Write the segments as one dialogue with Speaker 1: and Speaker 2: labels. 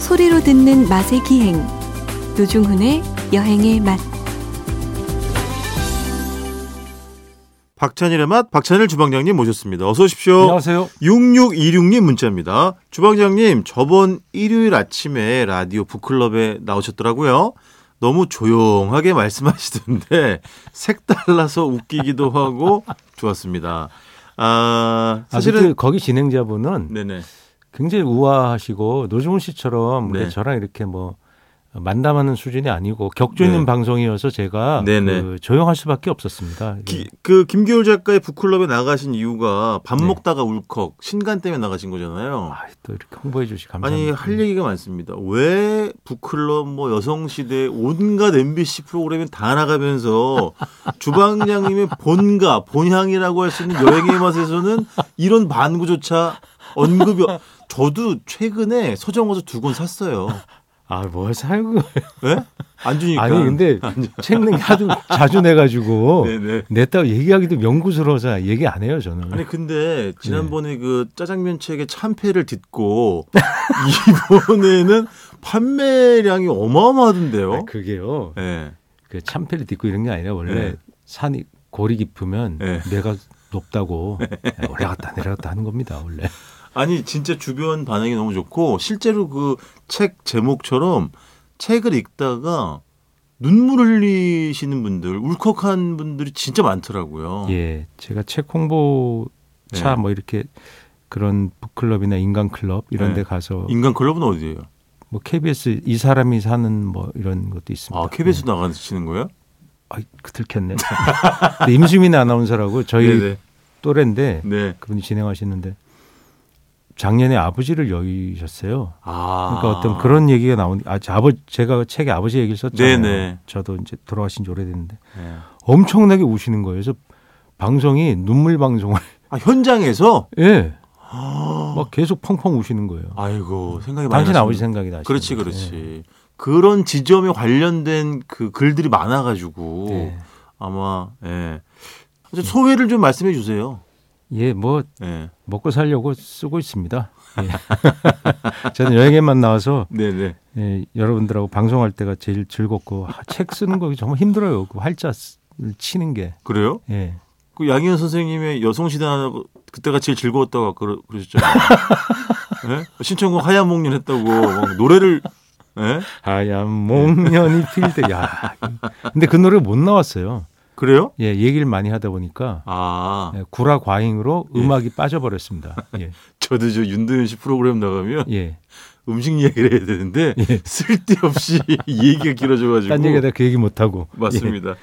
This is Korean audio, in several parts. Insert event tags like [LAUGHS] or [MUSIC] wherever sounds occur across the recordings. Speaker 1: 소리로 듣는 맛의 기행 노중훈의 여행의 맛
Speaker 2: 박찬일의 맛 박찬일 주방장님 모셨습니다. 어서 오십시오.
Speaker 3: 안녕하세요.
Speaker 2: 6626님 문자입니다. 주방장님 저번 일요일 아침에 라디오 북클럽에 나오셨더라고요. 너무 조용하게 말씀하시던데 [LAUGHS] 색달라서 웃기기도 하고 좋았습니다. 아
Speaker 3: 사실은
Speaker 2: 사실은
Speaker 3: 거기 진행자분은
Speaker 2: 네네
Speaker 3: 굉장히 우아하시고 노중훈 씨처럼
Speaker 2: 네.
Speaker 3: 우리 저랑 이렇게 뭐 만담하는 수준이 아니고 격조 있는
Speaker 2: 네.
Speaker 3: 방송이어서 제가
Speaker 2: 네네.
Speaker 3: 그 조용할 수밖에 없었습니다.
Speaker 2: 기- 그 김기울 작가의 북클럽에 나가신 이유가 밥
Speaker 3: 네.
Speaker 2: 먹다가 울컥 신간 때문에 나가신 거잖아요.
Speaker 3: 아, 또 이렇게 홍보해 주시 감사합니다.
Speaker 2: 아니 할 얘기가 많습니다. 왜 북클럽 뭐 여성시대 온갖 MBC 프로그램이 다
Speaker 3: [LAUGHS]
Speaker 2: 나가면서 주방장님의 본가 본향이라고 할 수 있는 여행의 맛에서는 이런 반구조차 언급이 없- 저도 최근에 서정호서 두 권 샀어요.
Speaker 3: 아뭘 뭐 살고
Speaker 2: 예? 안 주니까.
Speaker 3: 그러니까. [LAUGHS] 아니 근데 뭐 책는 하도 자주 내 가지고
Speaker 2: 네네.
Speaker 3: 냈다고 얘기하기도 명구스러워서 얘기 안 해요 저는.
Speaker 2: 아니 근데 지난번에
Speaker 3: 네.
Speaker 2: 그 짜장면 책의 참패를 딛고 [LAUGHS] 이번에는 판매량이 어마어마하던데요.
Speaker 3: [LAUGHS] 아니, 그게요.
Speaker 2: 예.
Speaker 3: 그 참패를 딛고 이런 게 아니라 원래
Speaker 2: 네.
Speaker 3: 산이 골이 깊으면
Speaker 2: 네.
Speaker 3: 내가
Speaker 2: [LAUGHS]
Speaker 3: 높다고 예, 올라갔다 내려갔다 하는 겁니다 원래.
Speaker 2: 아니 진짜 주변 반응이 너무 좋고 실제로 그 책 제목처럼 책을 읽다가 눈물 흘리시는 분들 울컥한 분들이 진짜 많더라고요.
Speaker 3: 예, 제가 책 홍보 차
Speaker 2: 어. 네.
Speaker 3: 뭐 이렇게 그런 북클럽이나 인간 클럽 이런
Speaker 2: 네.
Speaker 3: 데 가서
Speaker 2: 인간 클럽은 어디예요?
Speaker 3: 뭐 KBS 이 사람이 사는 뭐 이런 것도 있습니다.
Speaker 2: 아 KBS
Speaker 3: 네.
Speaker 2: 나가시는 거예요?
Speaker 3: 아, 그 들켰네. 근데 임수민 아나운서라고 저희
Speaker 2: 네네.
Speaker 3: 또래인데
Speaker 2: 네.
Speaker 3: 그분이 진행하시는데 작년에 아버지를 여의셨어요.
Speaker 2: 아.
Speaker 3: 그러니까 어떤 그런 얘기가 나온 아 저 아버 제가 책에 아버지 얘기를 썼잖아요.
Speaker 2: 네네.
Speaker 3: 저도 이제 돌아가신 지 오래됐는데
Speaker 2: 네.
Speaker 3: 엄청나게 우시는 거예요. 그래서 방송이 눈물 방송을 [LAUGHS]
Speaker 2: 아 현장에서
Speaker 3: 예.
Speaker 2: 아.
Speaker 3: 막 계속 펑펑 우시는 거예요.
Speaker 2: 아이고 생각이 많이
Speaker 3: 당신
Speaker 2: 나십니다.
Speaker 3: 아버지 생각이 나시. 예.
Speaker 2: 그렇지 그렇지. 그런 지점에 관련된 그 글들이 많아가지고
Speaker 3: 예.
Speaker 2: 아마 예. 소회를 좀 말씀해 주세요.
Speaker 3: 예, 뭐
Speaker 2: 예.
Speaker 3: 먹고 살려고
Speaker 2: [LAUGHS]
Speaker 3: 쓰고 있습니다. 예. [LAUGHS] 저는 여행에만 나와서
Speaker 2: 네네.
Speaker 3: 예, 여러분들하고 방송할 때가 제일 즐겁고 아, 책 쓰는 거 정말 힘들어요. 그 활자를 치는 게.
Speaker 2: 그래요?
Speaker 3: 예.
Speaker 2: 그 양희은 선생님의 여성시대 하고 그때가 제일 즐거웠다고 아까 그러- 그러셨잖아요. 예? 신청곡 하얀 목련 했다고 막 노래를 예?
Speaker 3: 하얀 목련이 필 때, 야. 근데 그 노래 못 나왔어요.
Speaker 2: 그래요?
Speaker 3: 예, 얘기를 많이 하다 보니까
Speaker 2: 아
Speaker 3: 예, 구라 과잉으로
Speaker 2: 예.
Speaker 3: 음악이 빠져버렸습니다. 예,
Speaker 2: 저도 저 윤도현 씨 프로그램 나가면 [LAUGHS]
Speaker 3: 예.
Speaker 2: 음식 이야기를 해야 되는데
Speaker 3: 예.
Speaker 2: 쓸데없이 얘기가 길어져가지고
Speaker 3: 딴 얘기하다 그 얘기 못 하고.
Speaker 2: 맞습니다.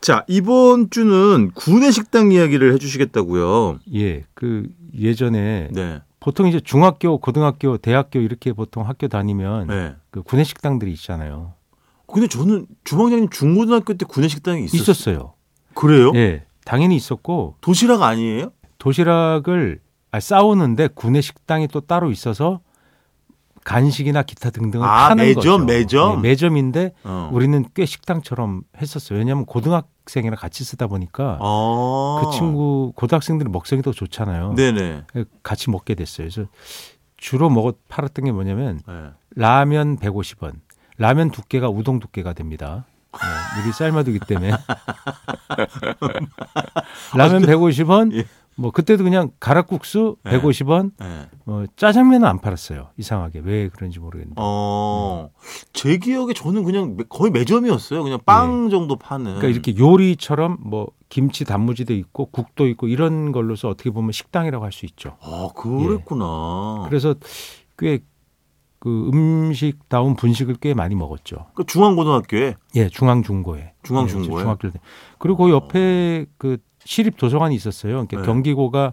Speaker 2: 자 이번 주는 구내 식당 이야기를 해주시겠다고요.
Speaker 3: 예, 예, 그 예전에
Speaker 2: 네,
Speaker 3: 보통 이제 중학교, 고등학교, 대학교 이렇게 보통 학교 다니면
Speaker 2: 네.
Speaker 3: 그 구내 식당들이 있잖아요.
Speaker 2: 근데 저는 주방장님 중고등학교 때 구내 식당이 있었어요.
Speaker 3: 있었어요.
Speaker 2: 그래요?
Speaker 3: 예. 당연히 있었고
Speaker 2: 도시락 아니에요?
Speaker 3: 도시락을 아, 싸오는데 구내 식당이 또 따로 있어서 간식이나 기타 등등을
Speaker 2: 아,
Speaker 3: 파는
Speaker 2: 매점,
Speaker 3: 거죠.
Speaker 2: 매점?
Speaker 3: 예, 매점인데
Speaker 2: 어.
Speaker 3: 우리는 꽤 식당처럼 했었어요. 왜냐하면 고등학생이랑 같이 쓰다 보니까
Speaker 2: 아.
Speaker 3: 그 친구 고등학생들은 먹성이 더 좋잖아요.
Speaker 2: 네네.
Speaker 3: 같이 먹게 됐어요. 그래서 주로 먹었 팔았던 게 뭐냐면
Speaker 2: 네.
Speaker 3: 라면 150원. 라면 두께가 우동 두께가 됩니다. 네, 이게 쌀마두기
Speaker 2: [LAUGHS]
Speaker 3: 때문에. 라면 150원.
Speaker 2: 예.
Speaker 3: 뭐 그때도 그냥 가락국수
Speaker 2: 예.
Speaker 3: 150원.
Speaker 2: 네.
Speaker 3: 어, 짜장면은 안 팔았어요. 이상하게 왜 그런지 모르겠는데.
Speaker 2: 어. 제 기억에 저는 그냥 매- 거의 매점이었어요. 그냥 빵 정도 파는.
Speaker 3: 그러니까 이렇게 요리처럼 뭐 김치 단무지도 있고 국도 있고 이런 걸로서 어떻게 보면 식당이라고 할 수 있죠.
Speaker 2: 아, 그랬구나.
Speaker 3: 그래서 꽤 그 음식다운 분식을 꽤 많이 먹었죠.
Speaker 2: 그러니까 중앙고등학교에
Speaker 3: 예, 중앙 중고에.
Speaker 2: 중앙
Speaker 3: 예,
Speaker 2: 중고에? 어.
Speaker 3: 중학교 때. 그리고 그 옆에 그 시립 도서관이 있었어요. 그러니까
Speaker 2: 네.
Speaker 3: 경기고가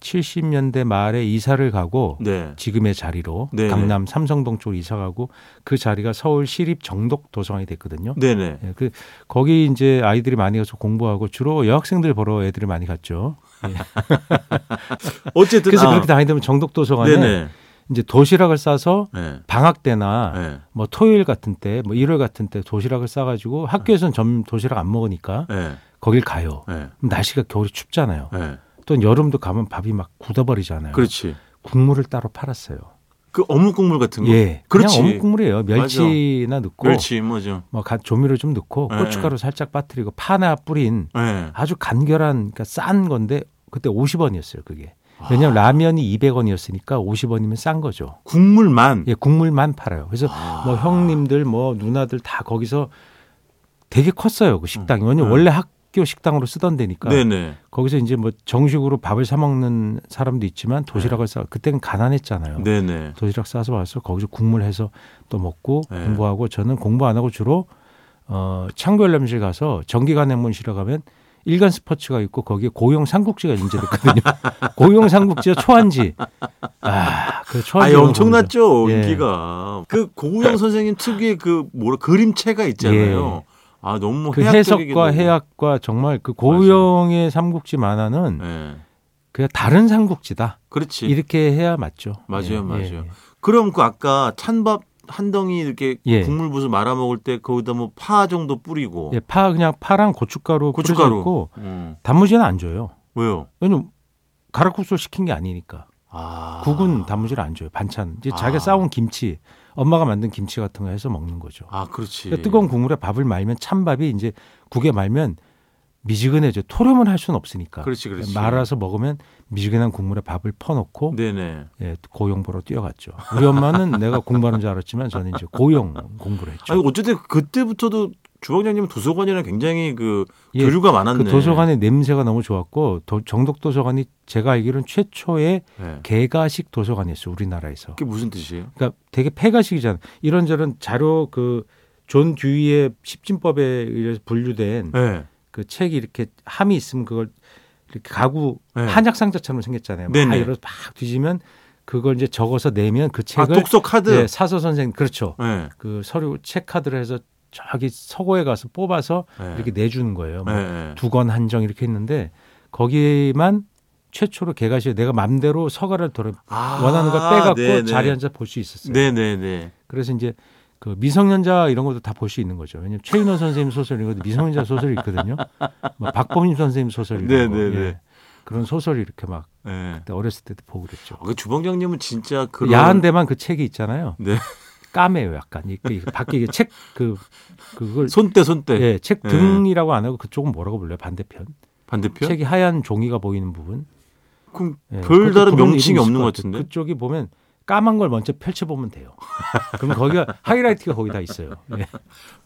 Speaker 3: 70년대 말에 이사를 가고
Speaker 2: 네.
Speaker 3: 지금의 자리로
Speaker 2: 네.
Speaker 3: 강남 삼성동 쪽으로 이사 가고 그 자리가 서울 시립 정독 도서관이 됐거든요.
Speaker 2: 네네.
Speaker 3: 예, 그 거기 이제 아이들이 많이 가서 공부하고 주로 여학생들 보러 애들이 많이 갔죠.
Speaker 2: 어쨌든
Speaker 3: 그래서
Speaker 2: 아,
Speaker 3: 그렇게 다니면 정독 도서관에
Speaker 2: 네네.
Speaker 3: 이제 도시락을 싸서
Speaker 2: 네.
Speaker 3: 방학 때나
Speaker 2: 네.
Speaker 3: 뭐 토요일 같은 때, 뭐 일요일 같은 때 도시락을 싸가지고 학교에서는 점 도시락 안 먹으니까
Speaker 2: 네.
Speaker 3: 거길 가요.
Speaker 2: 네.
Speaker 3: 그럼 날씨가 겨울이 춥잖아요.
Speaker 2: 네.
Speaker 3: 또 여름도 가면 밥이 막 굳어버리잖아요.
Speaker 2: 그렇지.
Speaker 3: 국물을 따로 팔았어요.
Speaker 2: 그 어묵 국물 같은 거.
Speaker 3: 예,
Speaker 2: 그렇지.
Speaker 3: 그냥 어묵 국물이에요. 멸치나 넣고
Speaker 2: 멸치 뭐죠.
Speaker 3: 뭐 가- 조미료 좀 넣고
Speaker 2: 네.
Speaker 3: 고춧가루 살짝 빠뜨리고 파나 뿌린
Speaker 2: 예.
Speaker 3: 아주 간결한 그러니까 싼 건데 그때 50원이었어요 그게. 왜냐하면
Speaker 2: 아.
Speaker 3: 라면이 200원이었으니까 50원이면 싼 거죠.
Speaker 2: 국물만.
Speaker 3: 예, 국물만 팔아요. 그래서 뭐 형님들 뭐 누나들 다 거기서 되게 컸어요 그 식당이. 왜냐
Speaker 2: 네.
Speaker 3: 면 원래 학교 식당으로 쓰던 데니까
Speaker 2: 네네.
Speaker 3: 거기서 이제 뭐 정식으로 밥을 사 먹는 사람도 있지만 도시락을 싸 그때는 가난했잖아요.
Speaker 2: 네. 네네.
Speaker 3: 도시락 싸서 와서 거기서 국물 해서 또 먹고
Speaker 2: 네.
Speaker 3: 공부하고 저는 공부 안 하고 주로 어 창교열람실 가서 정기관 행문실에 가면 일간 스포츠가 있고 거기에 고용 삼국지가
Speaker 2: [LAUGHS]
Speaker 3: 인제됐거든요. 고용 삼국지와 초한지. 아, 그
Speaker 2: 아,
Speaker 3: 초한지
Speaker 2: 엄청났죠
Speaker 3: 예.
Speaker 2: 인기가. 그 고우영 선생님 특유의 그 뭐라 그림체가 있잖아요. 아 너무
Speaker 3: 예. 그
Speaker 2: 해학적이기도
Speaker 3: 해석과
Speaker 2: 하고.
Speaker 3: 해학과 정말 그 고용의 삼국지 만화는
Speaker 2: 예.
Speaker 3: 그냥 다른 삼국지다.
Speaker 2: 그렇지.
Speaker 3: 이렇게 해야 맞죠.
Speaker 2: 예. 맞아요,
Speaker 3: 예, 예,
Speaker 2: 맞아요. 그럼 그 아까 찬밥 한 덩이 이렇게
Speaker 3: 예.
Speaker 2: 국물 부수 말아 먹을 때 거기다 뭐 파 정도 뿌리고
Speaker 3: 예. 예, 파 그냥 파랑 고춧가루
Speaker 2: 고춧가루.
Speaker 3: 고춧가루 고
Speaker 2: 음.
Speaker 3: 단무지는 안 줘요.
Speaker 2: 왜요?
Speaker 3: 왜냐면 가락국수 시킨 게 아니니까.
Speaker 2: 아.
Speaker 3: 국은 단무지를 안 줘요. 반찬. 이제
Speaker 2: 아.
Speaker 3: 자기가 싸온 김치, 엄마가 만든 김치 같은 거 해서 먹는 거죠.
Speaker 2: 아 그렇지.
Speaker 3: 그러니까 뜨거운 국물에 밥을 말면 찬밥이 이제 국에 말면 미지근해져. 토렴을 할 수는 없으니까.
Speaker 2: 그렇지, 그렇지.
Speaker 3: 말아서 먹으면 미지근한 국물에 밥을 퍼놓고
Speaker 2: 네네.
Speaker 3: 예, 고용보로 뛰어갔죠. 우리
Speaker 2: [LAUGHS]
Speaker 3: 엄마는 내가 공부하는 줄 알았지만 저는 이제 고용 공부를 했죠.
Speaker 2: 아니 어쨌든 그때부터도 주방장님 교수관이랑 굉장히 그
Speaker 3: 예,
Speaker 2: 교류가 많았네.
Speaker 3: 그 도서관의 냄새가 너무 좋았고 도- 정독 도서관이 제가 알기로는 최초의
Speaker 2: 네.
Speaker 3: 개가식 도서관이었어요. 우리나라에서.
Speaker 2: 그게 무슨 뜻이에요?
Speaker 3: 그러니까 되게 폐가식이잖아. 이런저런 자료 그 존 듀이의 십진법에 의해서 분류된
Speaker 2: 네.
Speaker 3: 그 책이 이렇게 함이 있으면 그걸 이렇게 가구
Speaker 2: 네.
Speaker 3: 한약 상자처럼 생겼잖아요. 막
Speaker 2: 네네.
Speaker 3: 열어서 막 뒤지면 그걸 이제 적어서 내면 그
Speaker 2: 아
Speaker 3: 책을
Speaker 2: 독서 카드.
Speaker 3: 네,
Speaker 2: 네.
Speaker 3: 사서 선생 그렇죠. 그 서류 책 카드를 해서 저기 서고에 가서 뽑아서
Speaker 2: 네.
Speaker 3: 이렇게 내주는 거예요. 뭐
Speaker 2: 네.
Speaker 3: 두 권 한정 이렇게 했는데 거기만 최초로 개가시 내가 맘대로 서가를 돌아
Speaker 2: 아,
Speaker 3: 원하는 걸 빼갖고
Speaker 2: 네네.
Speaker 3: 자리 앉아 볼 수 있었어요.
Speaker 2: 네네네.
Speaker 3: 그래서 이제 그 미성년자 이런 것도 다 볼 수 있는 거죠. 왜냐면 최윤호 선생님 소설 이런 것도 미성년자 소설이 있거든요. 막 박범임 선생님 소설 이런 거.
Speaker 2: 네네네.
Speaker 3: 예. 그런 소설 이렇게 막
Speaker 2: 네.
Speaker 3: 그때 어렸을 때도 보고 그랬죠.
Speaker 2: 아, 그 주방장님은 진짜 그런
Speaker 3: 야한 데만 그 책이 있잖아요.
Speaker 2: 네.
Speaker 3: 까매요 약간. 이, 그 밖에 이게 책 그 그걸
Speaker 2: 손대 손대
Speaker 3: 예, 책
Speaker 2: 네.
Speaker 3: 등이라고 안 하고 그쪽은 뭐라고 불러요? 반대편.
Speaker 2: 반대편.
Speaker 3: 책이 하얀 종이가 보이는 부분.
Speaker 2: 그럼
Speaker 3: 예, 그것도
Speaker 2: 별다른
Speaker 3: 그런
Speaker 2: 명칭이
Speaker 3: 이름이 있을
Speaker 2: 없는 것
Speaker 3: 같아요.
Speaker 2: 같은데.
Speaker 3: 그쪽이 보면 까만 걸 먼저
Speaker 2: [LAUGHS]
Speaker 3: 펼쳐보면 돼요. 그럼 거기가 하이라이트가 거기 다 있어요. 예.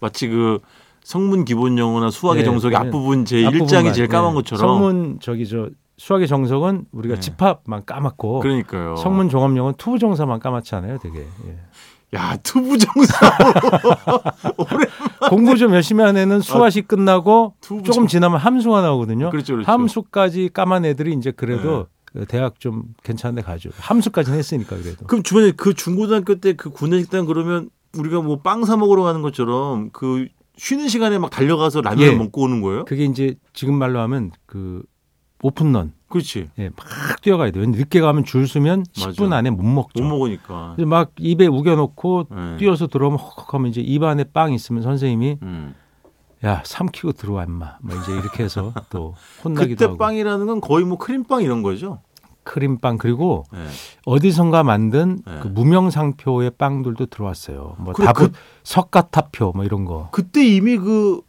Speaker 2: 마치 그 성문 기본 영어나 수학의
Speaker 3: 네,
Speaker 2: 정석의
Speaker 3: 그냥
Speaker 2: 앞부분 제
Speaker 3: 앞부분만,
Speaker 2: 1장이 제일 까만
Speaker 3: 예.
Speaker 2: 것처럼.
Speaker 3: 성문 저기 저 수학의 정석은 우리가
Speaker 2: 네.
Speaker 3: 집합만 까맣고
Speaker 2: 그러니까요.
Speaker 3: 뭐 성문 종합영은 투부 정사만 까맣지 않아요, 되게. 예.
Speaker 2: 야 투부
Speaker 3: [LAUGHS]
Speaker 2: 정사로 오래
Speaker 3: 공부 좀 열심히 한 애는 수화시 끝나고
Speaker 2: 투부
Speaker 3: 조금 지나면 함수가 나오거든요.
Speaker 2: 그렇죠, 그렇죠. 네.
Speaker 3: 함수까지 까만 애들이 이제 그래도 그 대학 좀 괜찮은 데 가죠. 함수까지는 했으니까 그래도.
Speaker 2: 그럼 주변에 그 중고등학교 때 그 구내식당 그러면 우리가 뭐 빵 사 먹으러 가는 것처럼 그 쉬는 시간에 막 달려가서 라면을
Speaker 3: 예.
Speaker 2: 먹고 오는 거예요?
Speaker 3: 그게 이제 지금 말로 하면 그 오픈런
Speaker 2: 그렇지.
Speaker 3: 예, 막 뛰어가야 돼요. 근데 늦게 가면 줄 서면
Speaker 2: 맞아.
Speaker 3: 10분 안에 못 먹죠.
Speaker 2: 못 먹으니까.
Speaker 3: 그래서 막 입에 우겨놓고
Speaker 2: 네.
Speaker 3: 뛰어서 들어오면 헉헉하면 이제 입 안에 빵 있으면 선생님이
Speaker 2: 음.
Speaker 3: 야 삼키고 들어와 임마. 뭐 이제 이렇게 해서 또 혼나기도
Speaker 2: 그때
Speaker 3: 하고
Speaker 2: 빵이라는 건 거의 뭐 크림빵 이런 거죠.
Speaker 3: 크림빵 그리고
Speaker 2: 예.
Speaker 3: 어디선가 만든
Speaker 2: 네.
Speaker 3: 그 무명 상표의 빵들도 들어왔어요. 뭐
Speaker 2: 그래,
Speaker 3: 다부
Speaker 2: 그-
Speaker 3: 석가타표 뭐 이런 거.
Speaker 2: 그때 이미 그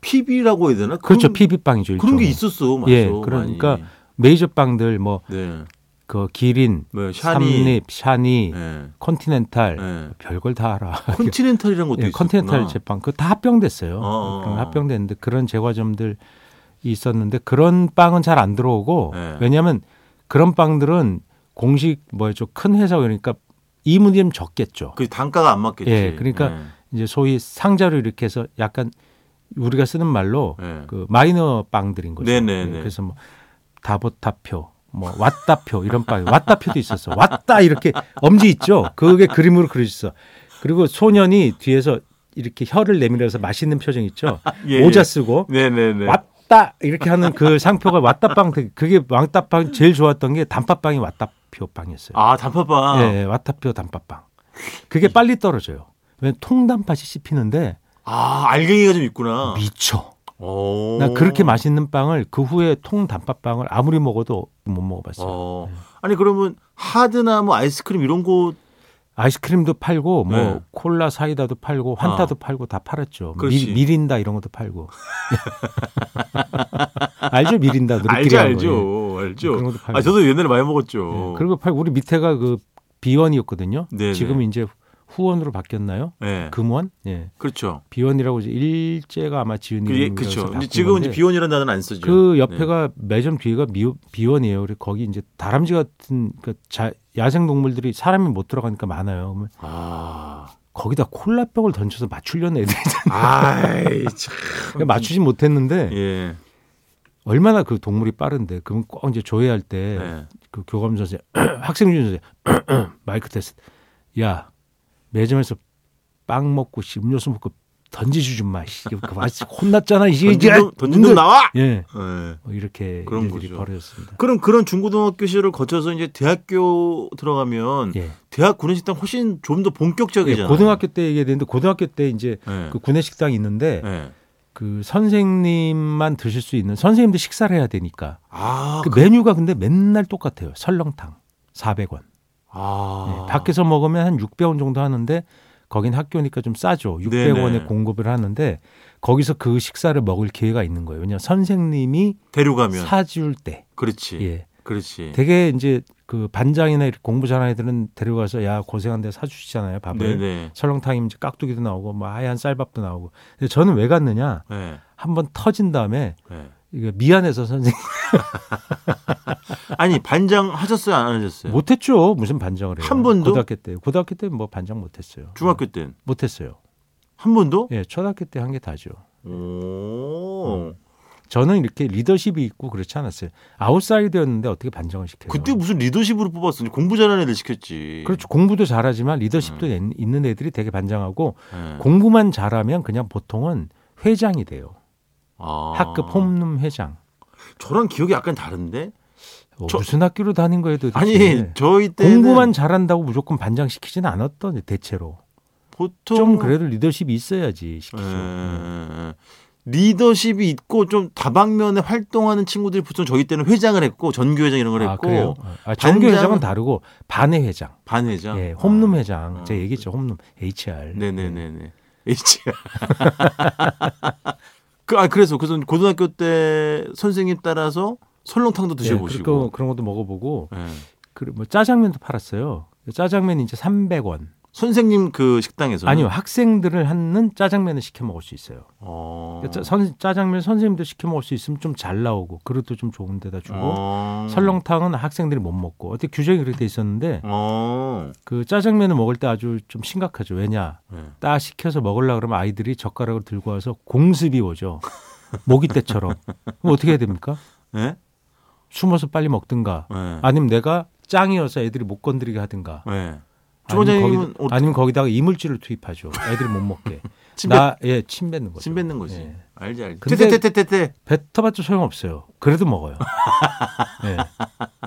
Speaker 2: PB라고 해야 되나?
Speaker 3: 그렇죠.
Speaker 2: 그런-
Speaker 3: 피비빵이죠.
Speaker 2: 그런 게
Speaker 3: 일종의.
Speaker 2: 있었어. 맞아.
Speaker 3: 예, 그러니까
Speaker 2: 많이.
Speaker 3: 메이저 빵들 뭐
Speaker 2: 네.
Speaker 3: 그 기린,
Speaker 2: 뭐 샤니
Speaker 3: 삼립, 네. 샤니,
Speaker 2: 예.
Speaker 3: 컨티넨탈
Speaker 2: 예.
Speaker 3: 별걸 다 알아.
Speaker 2: 컨티넨탈이라는 것도
Speaker 3: 예,
Speaker 2: 있었구나.
Speaker 3: 컨티넨탈 제빵 그거 다 합병됐어요.
Speaker 2: 어, 어,
Speaker 3: 그런
Speaker 2: 어.
Speaker 3: 합병됐는데 그런 제과점들이 있었는데 그런 빵은 잘 안 들어오고
Speaker 2: 네.
Speaker 3: 왜냐하면 그런 빵들은 공식 뭐죠 큰 회사 그러니까 이문이 좀 적겠죠.
Speaker 2: 그 단가가 안 맞겠지. 네.
Speaker 3: 예, 그러니까 이제 소위 상자로 이렇게 해서 약간 우리가 쓰는 말로
Speaker 2: 예. 예.
Speaker 3: 그 마이너 빵들인 거죠.
Speaker 2: 네네네.
Speaker 3: 예, 그래서 뭐 다보타표, 뭐 왔다표 이런 빵, 왔다표도 있었어. 왔다 이렇게 엄지 있죠. 그게 그림으로 그려졌어. 그리고 소년이 뒤에서 이렇게 혀를 내밀어서 맛있는 표정 있죠.
Speaker 2: [LAUGHS] 예,
Speaker 3: 모자
Speaker 2: 예.
Speaker 3: 쓰고
Speaker 2: 네네네.
Speaker 3: 왔다 이렇게 하는 그 상표가 왔다빵 되게- 그게 왕따빵 제일 좋았던 게 단팥빵이 왔다표 빵이었어요.
Speaker 2: 아 단팥빵.
Speaker 3: 예, 예, 왔다표 단팥빵. 그게 빨리 떨어져요. 왜 통단팥이 씹히는데
Speaker 2: 아 알갱이가 좀 있구나.
Speaker 3: 미쳐.
Speaker 2: 오.
Speaker 3: 나 그렇게 맛있는 빵을 그 후에 통 단팥빵을 아무리 먹어도 예. 못 먹어봤어요.
Speaker 2: 어. 아니 그러면 하드나 뭐 아이스크림 이런 거
Speaker 3: 아이스크림도 팔고 뭐
Speaker 2: 네. 아.
Speaker 3: 콜라 사이다도 팔고 환타도 팔고 다 팔았죠.
Speaker 2: 그렇지.
Speaker 3: 미, 린다 이런 것도
Speaker 2: [LAUGHS]
Speaker 3: 팔고. 알죠 미린다
Speaker 2: 알죠
Speaker 3: 누리끼리 하는 거.
Speaker 2: 알죠 알죠.
Speaker 3: 그런 것도 팔고.
Speaker 2: 아 저도 옛날에 많이
Speaker 3: 예.
Speaker 2: 먹었죠.
Speaker 3: 그리고 팔 우리 밑에가 그 비원이었거든요.
Speaker 2: 네네.
Speaker 3: 지금 이제 후원으로 바뀌었나요?
Speaker 2: 네.
Speaker 3: 금원? 예.
Speaker 2: 그렇죠.
Speaker 3: 비원이라고 이제 일제가 아마 지은
Speaker 2: 그, 예,
Speaker 3: 이름이라서
Speaker 2: 그렇죠.
Speaker 3: 바꾼
Speaker 2: 근데 지금은 이제
Speaker 3: 건데
Speaker 2: 비원이라는 단어는 안 쓰죠.
Speaker 3: 그
Speaker 2: 네.
Speaker 3: 옆에가 매점 뒤에가 미, 비원이에요. 그래서 거기 이제 다람쥐 같은 그 자, 야생 동물들이 사람이 못 들어가니까 많아요. 그러면
Speaker 2: 아,
Speaker 3: 거기다 콜라병을 던져서 맞추려는 애들이 그러니까
Speaker 2: 아이 참.
Speaker 3: 맞추지 못했는데
Speaker 2: [LAUGHS] 그렇죠. 예.
Speaker 3: 얼마나 그 동물이 빠른데 그럼 꼭 이제 조회할 때
Speaker 2: 네.
Speaker 3: 그 교감 선생 [CLEARS THROAT] 학생 중 선생 [CLEARS THROAT] 마이크 테스트 야 매점에서 빵 먹고 씨 음료수 먹고 던지지 좀마 씨. 그 아저씨 혼났잖아 이제
Speaker 2: 던진 놈, 던진 놈 나와.
Speaker 3: 예
Speaker 2: 예.
Speaker 3: 뭐 이렇게
Speaker 2: 그런
Speaker 3: 일들이
Speaker 2: 거죠.
Speaker 3: 벌어졌습니다
Speaker 2: 그럼 그런 중고등학교 시절을 거쳐서 이제 대학교 들어가면
Speaker 3: 예
Speaker 2: 대학 구내식당 훨씬 좀 더 본격적이잖아요.
Speaker 3: 고등학교 때 얘기해야 되는데 고등학교 때 이제
Speaker 2: 예.
Speaker 3: 그 구내 식당이 있는데
Speaker 2: 예.
Speaker 3: 그 선생님만 드실 수 있는 선생님들 식사를 해야 되니까
Speaker 2: 아,
Speaker 3: 그 메뉴가 근데 맨날 똑같아요. 설렁탕 400원. 예,
Speaker 2: 아.
Speaker 3: 밖에서 먹으면 한 600원 정도 하는데 거긴 학교니까 좀 싸죠. 600원에
Speaker 2: 네네.
Speaker 3: 공급을 하는데 거기서 그 식사를 먹을 기회가 있는 거예요. 왜냐 면 선생님이
Speaker 2: 데려가면
Speaker 3: 사줄 때.
Speaker 2: 그렇지.
Speaker 3: 예.
Speaker 2: 그렇지.
Speaker 3: 되게 이제 그 반장이나 이렇게 공부 잘하는 애들은 데려가서 야 고생한데 사주시잖아요 밥을.
Speaker 2: 네네.
Speaker 3: 설렁탕이면 이제 깍두기도 나오고 뭐 하얀 쌀밥도 나오고. 근데 저는 왜 갔느냐?
Speaker 2: 예.
Speaker 3: 한번 터진 다음에
Speaker 2: 예.
Speaker 3: 이거 미안해서 선생님
Speaker 2: 아니 반장 하셨어요 안 하셨어요?
Speaker 3: [LAUGHS] 못했죠. 무슨 반장을 해요?
Speaker 2: 네. 한 번도?
Speaker 3: 고등학교 때. 고등학교 때 뭐 반장 못했어요.
Speaker 2: 중학교 땐
Speaker 3: 못했어요.
Speaker 2: 한 번도?
Speaker 3: 예, 초등학교 때 한 게 다죠.
Speaker 2: 오.
Speaker 3: 음, 저는 이렇게 리더십이 있고 그렇지 않았어요. 아웃사이드였는데 어떻게 반장을 시켜요?
Speaker 2: 그때 뭐- 무슨 리더십으로 뽑았었지? 공부 잘하는 애들 시켰지.
Speaker 3: 그렇죠. 공부도 잘하지만 리더십도
Speaker 2: 음.
Speaker 3: 있- 있는 애들이 되게 반장하고
Speaker 2: 예.
Speaker 3: 공부만 잘하면 그냥 보통은 회장이 돼요.
Speaker 2: 아.
Speaker 3: 학급 홈룸 회장.
Speaker 2: 저랑 기억이 약간 다른데?
Speaker 3: 어,
Speaker 2: 저-
Speaker 3: 무슨 학교로 다닌 거예요, 도대체?
Speaker 2: 아니, 저희 때는
Speaker 3: 공부만 잘한다고 무조건 반장 시키지는 않았던 대체로
Speaker 2: 보통
Speaker 3: 좀 그래도 리더십이 있어야지
Speaker 2: 예,
Speaker 3: 시키죠. 음.
Speaker 2: 예, 예. 리더십이 있고 좀 다방면에 활동하는 친구들이 보통 저희 때는 회장을 했고 전교회장 이런 걸
Speaker 3: 아
Speaker 2: 했고
Speaker 3: 그래요? 아, 정교
Speaker 2: 반장은-
Speaker 3: 회장은 다르고 반의 회장,
Speaker 2: 반회장.
Speaker 3: 예, 홈룸 예. 회장.
Speaker 2: 아,
Speaker 3: 제 얘기죠, 홈룸 HR.
Speaker 2: 네네네네. HR. [LAUGHS] 그, 아, 그래서, 그래서 고등학교 때 선생님 따라서 설렁탕도
Speaker 3: 예, 그런,
Speaker 2: 드셔보시고.
Speaker 3: 그런 것도 먹어보고
Speaker 2: 예.
Speaker 3: 그리고 뭐 짜장면도 팔았어요. 짜장면 이제 300원.
Speaker 2: 선생님 그 식당에서.
Speaker 3: 아니요, 학생들을 하는 짜장면을 시켜 먹을 수 있어요.
Speaker 2: 어.
Speaker 3: 그러니까 짜- 선- 짜장면 선생님도 시켜 먹을 수 있으면 좀 잘 나오고 그릇도 좀 좋은 데다 주고
Speaker 2: 어.
Speaker 3: 설렁탕은 학생들이 못 먹고 어떻게 규정이 그렇게 돼 있었는데
Speaker 2: 어.
Speaker 3: 그 짜장면을 먹을 때 아주 좀 심각하죠. 왜냐?
Speaker 2: 예.
Speaker 3: 따 시켜서 먹으려고 그러면 아이들이 젓가락을 들고 와서 공습이 오죠. 모기 때처럼. 그럼 어떻게 해야 됩니까?
Speaker 2: 예?
Speaker 3: 숨어서 빨리 먹든가
Speaker 2: 예.
Speaker 3: 아니면 내가 짱이어서 애들이 못 건드리게 하든가
Speaker 2: 예.
Speaker 3: 아니면,
Speaker 2: 주방장님은
Speaker 3: 거기,
Speaker 2: 어떠-
Speaker 3: 다가 이물질을 투입하죠. 애들이 못 먹게.
Speaker 2: [LAUGHS] 침 뱉-
Speaker 3: 나, 예, 침 뱉는 거죠.
Speaker 2: 침 뱉는 거지.
Speaker 3: 예.
Speaker 2: 알지 알지.
Speaker 3: 근데-
Speaker 2: 테테테테테.
Speaker 3: 뱉어봤자 소용없어요. 그래도 먹어요. [LAUGHS] 예.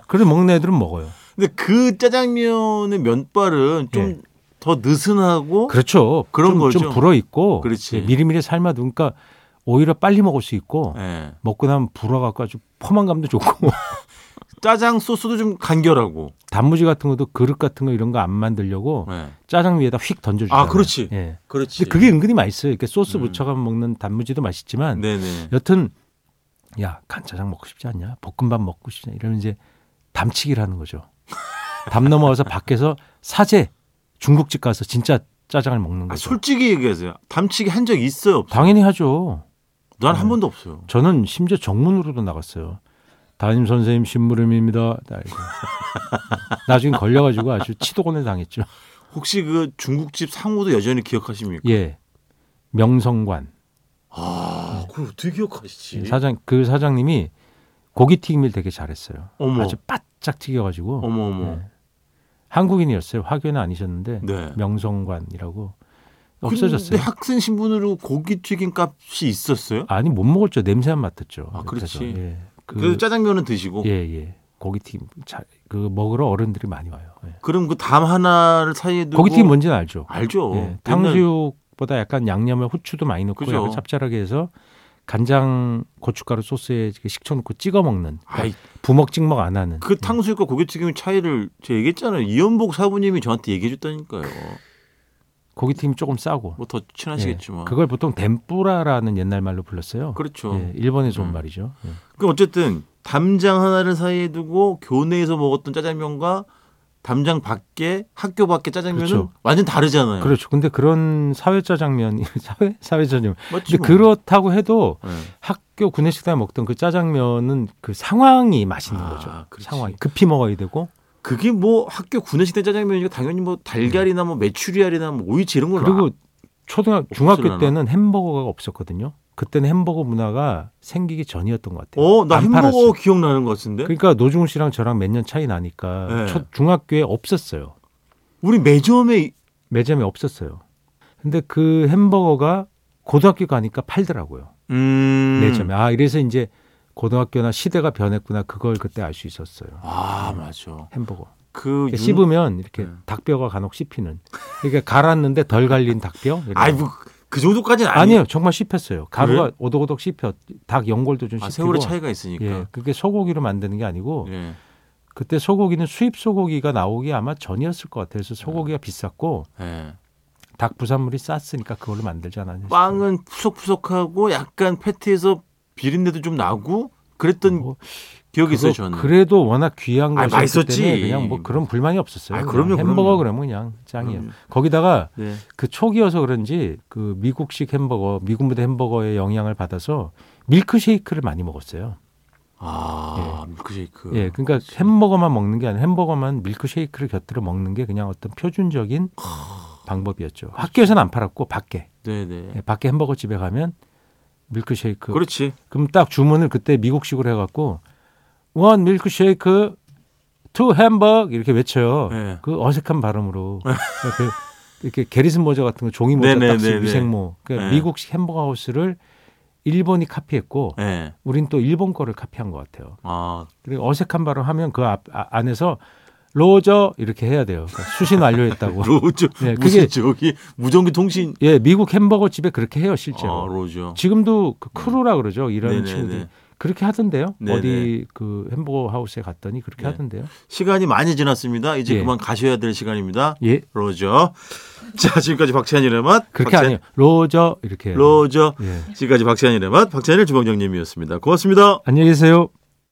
Speaker 3: 그래도 먹는 애들은 먹어요.
Speaker 2: 근데 그 짜장면의 면발은
Speaker 3: 예.
Speaker 2: 좀 더 느슨하고
Speaker 3: 그렇죠.
Speaker 2: 그런
Speaker 3: 좀,
Speaker 2: 거죠.
Speaker 3: 좀 불어있고.
Speaker 2: 그렇지.
Speaker 3: 예, 미리미리 삶아두니까 오히려 빨리 먹을 수 있고.
Speaker 2: 예.
Speaker 3: 먹고 나면 불어갖고 아주 포만감도 좋고. [LAUGHS]
Speaker 2: 짜장 소스도 좀 간결하고.
Speaker 3: 단무지 같은 것도 그릇 같은 거 이런 거 안 만들려고
Speaker 2: 예.
Speaker 3: 짜장 위에다 휙 던져주죠.
Speaker 2: 아, 그렇지.
Speaker 3: 예.
Speaker 2: 그렇지.
Speaker 3: 근데 그게 은근히 맛있어요. 이렇게 소스
Speaker 2: 음.
Speaker 3: 묻혀가면 먹는 단무지도 맛있지만
Speaker 2: 네네.
Speaker 3: 여튼 야 간짜장 먹고 싶지 않냐 볶음밥 먹고 싶냐 이러면 이제 담치기를
Speaker 2: [LAUGHS]
Speaker 3: 하는 거죠 담 넘어와서 밖에서 사제 중국집 가서 진짜 짜장을 먹는
Speaker 2: 아,
Speaker 3: 거죠
Speaker 2: 솔직히 얘기하세요. 담치기 한 적 있어요? 없어요?
Speaker 3: 당연히 하죠
Speaker 2: 난 한
Speaker 3: 네.
Speaker 2: 번도 없어요.
Speaker 3: 저는 심지어 정문으로도 나갔어요 담임 선생님 신부름입니다 나 이거. 나중에 걸려가지고 아주 치도곤을 당했죠
Speaker 2: 혹시 그 중국집 상호도 여전히 기억하십니까?
Speaker 3: 예 명성관
Speaker 2: 아, 그걸 어떻게 기억하시지?
Speaker 3: 사장 그 사장님이 고기 튀김을 되게 잘했어요
Speaker 2: 어머.
Speaker 3: 아주 바짝 튀겨가지고
Speaker 2: 어머 어머.
Speaker 3: 네. 한국인이었어요. 화교는 아니셨는데
Speaker 2: 네.
Speaker 3: 명성관이라고
Speaker 2: 근데
Speaker 3: 없어졌어요.
Speaker 2: 학생 신분으로 고기 튀김 값이 있었어요?
Speaker 3: 아니 못 먹었죠. 냄새만 맡았죠.
Speaker 2: 아,
Speaker 3: 옆에서.
Speaker 2: 그렇지.
Speaker 3: 예. 그,
Speaker 2: 그래서 짜장면은 드시고
Speaker 3: 예, 예. 고기튀김 자, 그 먹으러 어른들이 많이 와요. 예.
Speaker 2: 그럼 그 담 하나를 사이에 두고
Speaker 3: 고기튀김 뭔지는 알죠.
Speaker 2: 뭐 알죠.
Speaker 3: 예.
Speaker 2: 옛날-
Speaker 3: 탕수육보다 약간 양념에 후추도 많이 넣고
Speaker 2: 그죠.
Speaker 3: 약간 짭짤하게 해서 간장 고춧가루 소스에 그 식초 넣고 찍어 먹는 그러니까
Speaker 2: 아이.
Speaker 3: 부먹 찍먹 안 하는
Speaker 2: 그 탕수육과 고깃튀김의 차이를 제가 얘기했잖아요. 이연복 사부님이 저한테 얘기해줬다니까요.
Speaker 3: 고기튀김 조금 싸고
Speaker 2: 뭐 더
Speaker 3: 예,
Speaker 2: 친하시겠지만.
Speaker 3: 그걸 보통 덴뿌라라는 옛날 말로 불렀어요.
Speaker 2: 그렇죠.
Speaker 3: 예, 일본에서 온
Speaker 2: 음.
Speaker 3: 말이죠. 예.
Speaker 2: 그 어쨌든 담장 하나를 사이에 두고 교내에서 먹었던 짜장면과 담장 밖에 학교 밖에 짜장면은
Speaker 3: 그렇죠.
Speaker 2: 완전 다르잖아요.
Speaker 3: 그렇죠. 근데 그런 사회짜장면 [LAUGHS] 사회 사회짜장면.
Speaker 2: 맞죠.
Speaker 3: 근데 그렇다고 해도
Speaker 2: 네.
Speaker 3: 학교 구내식당에 먹던 그 짜장면은 그 상황이 맛있는
Speaker 2: 아,
Speaker 3: 거죠.
Speaker 2: 그렇지.
Speaker 3: 상황이 급히 먹어야 되고
Speaker 2: 그게 뭐 학교 구내식당 짜장면이니까 당연히 뭐 달걀이나 뭐 메추리알이나 뭐 오이치 이런 걸
Speaker 3: 그리고 초등학 중학교
Speaker 2: 아, 없을라나?
Speaker 3: 때는 햄버거가 없었거든요. 그때는 햄버거 문화가 생기기 전이었던 것 같아요.
Speaker 2: 어, 나
Speaker 3: 안
Speaker 2: 햄버거
Speaker 3: 팔았어요.
Speaker 2: 기억나는 것 같은데.
Speaker 3: 그러니까 노중훈 씨랑 저랑 몇 년 차이 나니까
Speaker 2: 네.
Speaker 3: 초, 중학교에 없었어요.
Speaker 2: 우리 매점에 이-
Speaker 3: 매점에 없었어요. 근데 그 햄버거가 고등학교 가니까 팔더라고요.
Speaker 2: 음.
Speaker 3: 매점에. 아, 이래서 이제 고등학교나 시대가 변했구나. 그걸 그때 알 수 있었어요.
Speaker 2: 아, 맞아.
Speaker 3: 햄버거.
Speaker 2: 그
Speaker 3: 그러니까
Speaker 2: 윤-
Speaker 3: 씹으면 이렇게
Speaker 2: 네.
Speaker 3: 닭뼈가 간혹 씹히는. 그러니까 갈았는데 덜 갈린 닭뼈. 이런.
Speaker 2: 아이 뭐그 정도까지는 아니...
Speaker 3: 아니에요. 정말 씹혔어요. 가루가 오독오독 씹혀. 닭 연골도 좀
Speaker 2: 아,
Speaker 3: 씹히고.
Speaker 2: 세월의 차이가 있으니까.
Speaker 3: 예, 그게 소고기로 만드는 게 아니고
Speaker 2: 예.
Speaker 3: 그때 소고기는 수입 소고기가 나오기 아마 전이었을 것 같아요. 그래서 소고기가 비쌌고
Speaker 2: 예.
Speaker 3: 닭 부산물이 쌌으니까 그걸로 만들지 않았냐.
Speaker 2: 빵은 푸석푸석하고 약간 패티에서 비린내도 좀 나고 그랬던
Speaker 3: 뭐,
Speaker 2: 기억이 있어요
Speaker 3: 그거
Speaker 2: 저는.
Speaker 3: 그래도 워낙 귀한
Speaker 2: 아,
Speaker 3: 것이었기
Speaker 2: 맛있었지.
Speaker 3: 때문에 그냥 뭐 그런 불만이 없었어요.
Speaker 2: 아,
Speaker 3: 그냥
Speaker 2: 그럼요, 그럼요. 음.
Speaker 3: 햄버거 그러면 그냥 짱이에요.
Speaker 2: 그럼요.
Speaker 3: 거기다가
Speaker 2: 네.
Speaker 3: 그 초기여서 그런지 그 미국식 햄버거, 미국 무대 햄버거의 영향을 받아서 밀크쉐이크를 많이 먹었어요.
Speaker 2: 아 밀크쉐이크.
Speaker 3: 예, 그러니까 햄버거만 먹는 게 아니라 햄버거만 밀크쉐이크를 곁들여 먹는 게 그냥 어떤 표준적인 방법이었죠. 학교에서는 안 팔았고 밖에
Speaker 2: 네네.
Speaker 3: 예, 밖에 햄버거 집에 가면 밀크쉐이크
Speaker 2: 그렇지.
Speaker 3: 그럼 딱 주문을 그때 미국식으로 해갖고 원 밀크 쉐이크 투 햄버거 이렇게 외쳐요.
Speaker 2: 네.
Speaker 3: 그
Speaker 2: [LAUGHS]
Speaker 3: 어색한 발음으로 그 이렇게 게리슨 모자 같은 거 종이 모자
Speaker 2: 네네네네.
Speaker 3: 딱 쓰고 위생모. 그러니까
Speaker 2: 네.
Speaker 3: 미국식 햄버거 하우스를 일본이 카피했고
Speaker 2: 예.
Speaker 3: 우린 또 일본 거를 카피한 것 같아요.
Speaker 2: 아
Speaker 3: 그리고 어색한 발음 하면 그 앞, 아- 안에서 로저 이렇게 해야 돼요. 그러니까 수신 완료했다고.
Speaker 2: 로즈. [LAUGHS]
Speaker 3: 네, 그게-
Speaker 2: 무슨 저기 무전기 통신.
Speaker 3: 예, 미국 햄버거 집에 그렇게 해요 실제로.
Speaker 2: 아 로즈.
Speaker 3: 지금도 그 크루라 그러죠. 이런
Speaker 2: 네네네.
Speaker 3: 친구들 그렇게 하던데요.
Speaker 2: 네네.
Speaker 3: 어디 그 햄버거 하우스에 갔더니 그렇게
Speaker 2: 네.
Speaker 3: 하던데요.
Speaker 2: 시간이 많이 지났습니다. 이제
Speaker 3: 예.
Speaker 2: 그만 가셔야 될 시간입니다.
Speaker 3: 예.
Speaker 2: 로즈. [LAUGHS] 자 지금까지 박찬일의 맛.
Speaker 3: 그렇게
Speaker 2: 박찬-
Speaker 3: 아니에요. 로저 이렇게.
Speaker 2: 로즈.
Speaker 3: 예.
Speaker 2: 지금까지 박찬일의 맛 박찬일 주방장님이었습니다. 고맙습니다.
Speaker 3: 안녕히 계세요.